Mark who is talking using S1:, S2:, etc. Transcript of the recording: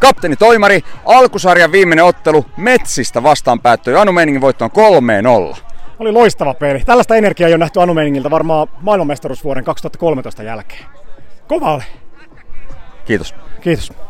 S1: Kapteeni Toimari, alkusarjan viimeinen ottelu Metsistä vastaan päättyi Anu Meiningin voittoon 3-0.
S2: Oli loistava peli. Tällaista energiaa ei ole nähty Anu Meiningiltä varmaan maailmanmestaruusvuoden 2013 jälkeen. Kova oli.
S1: Kiitos.
S2: Kiitos.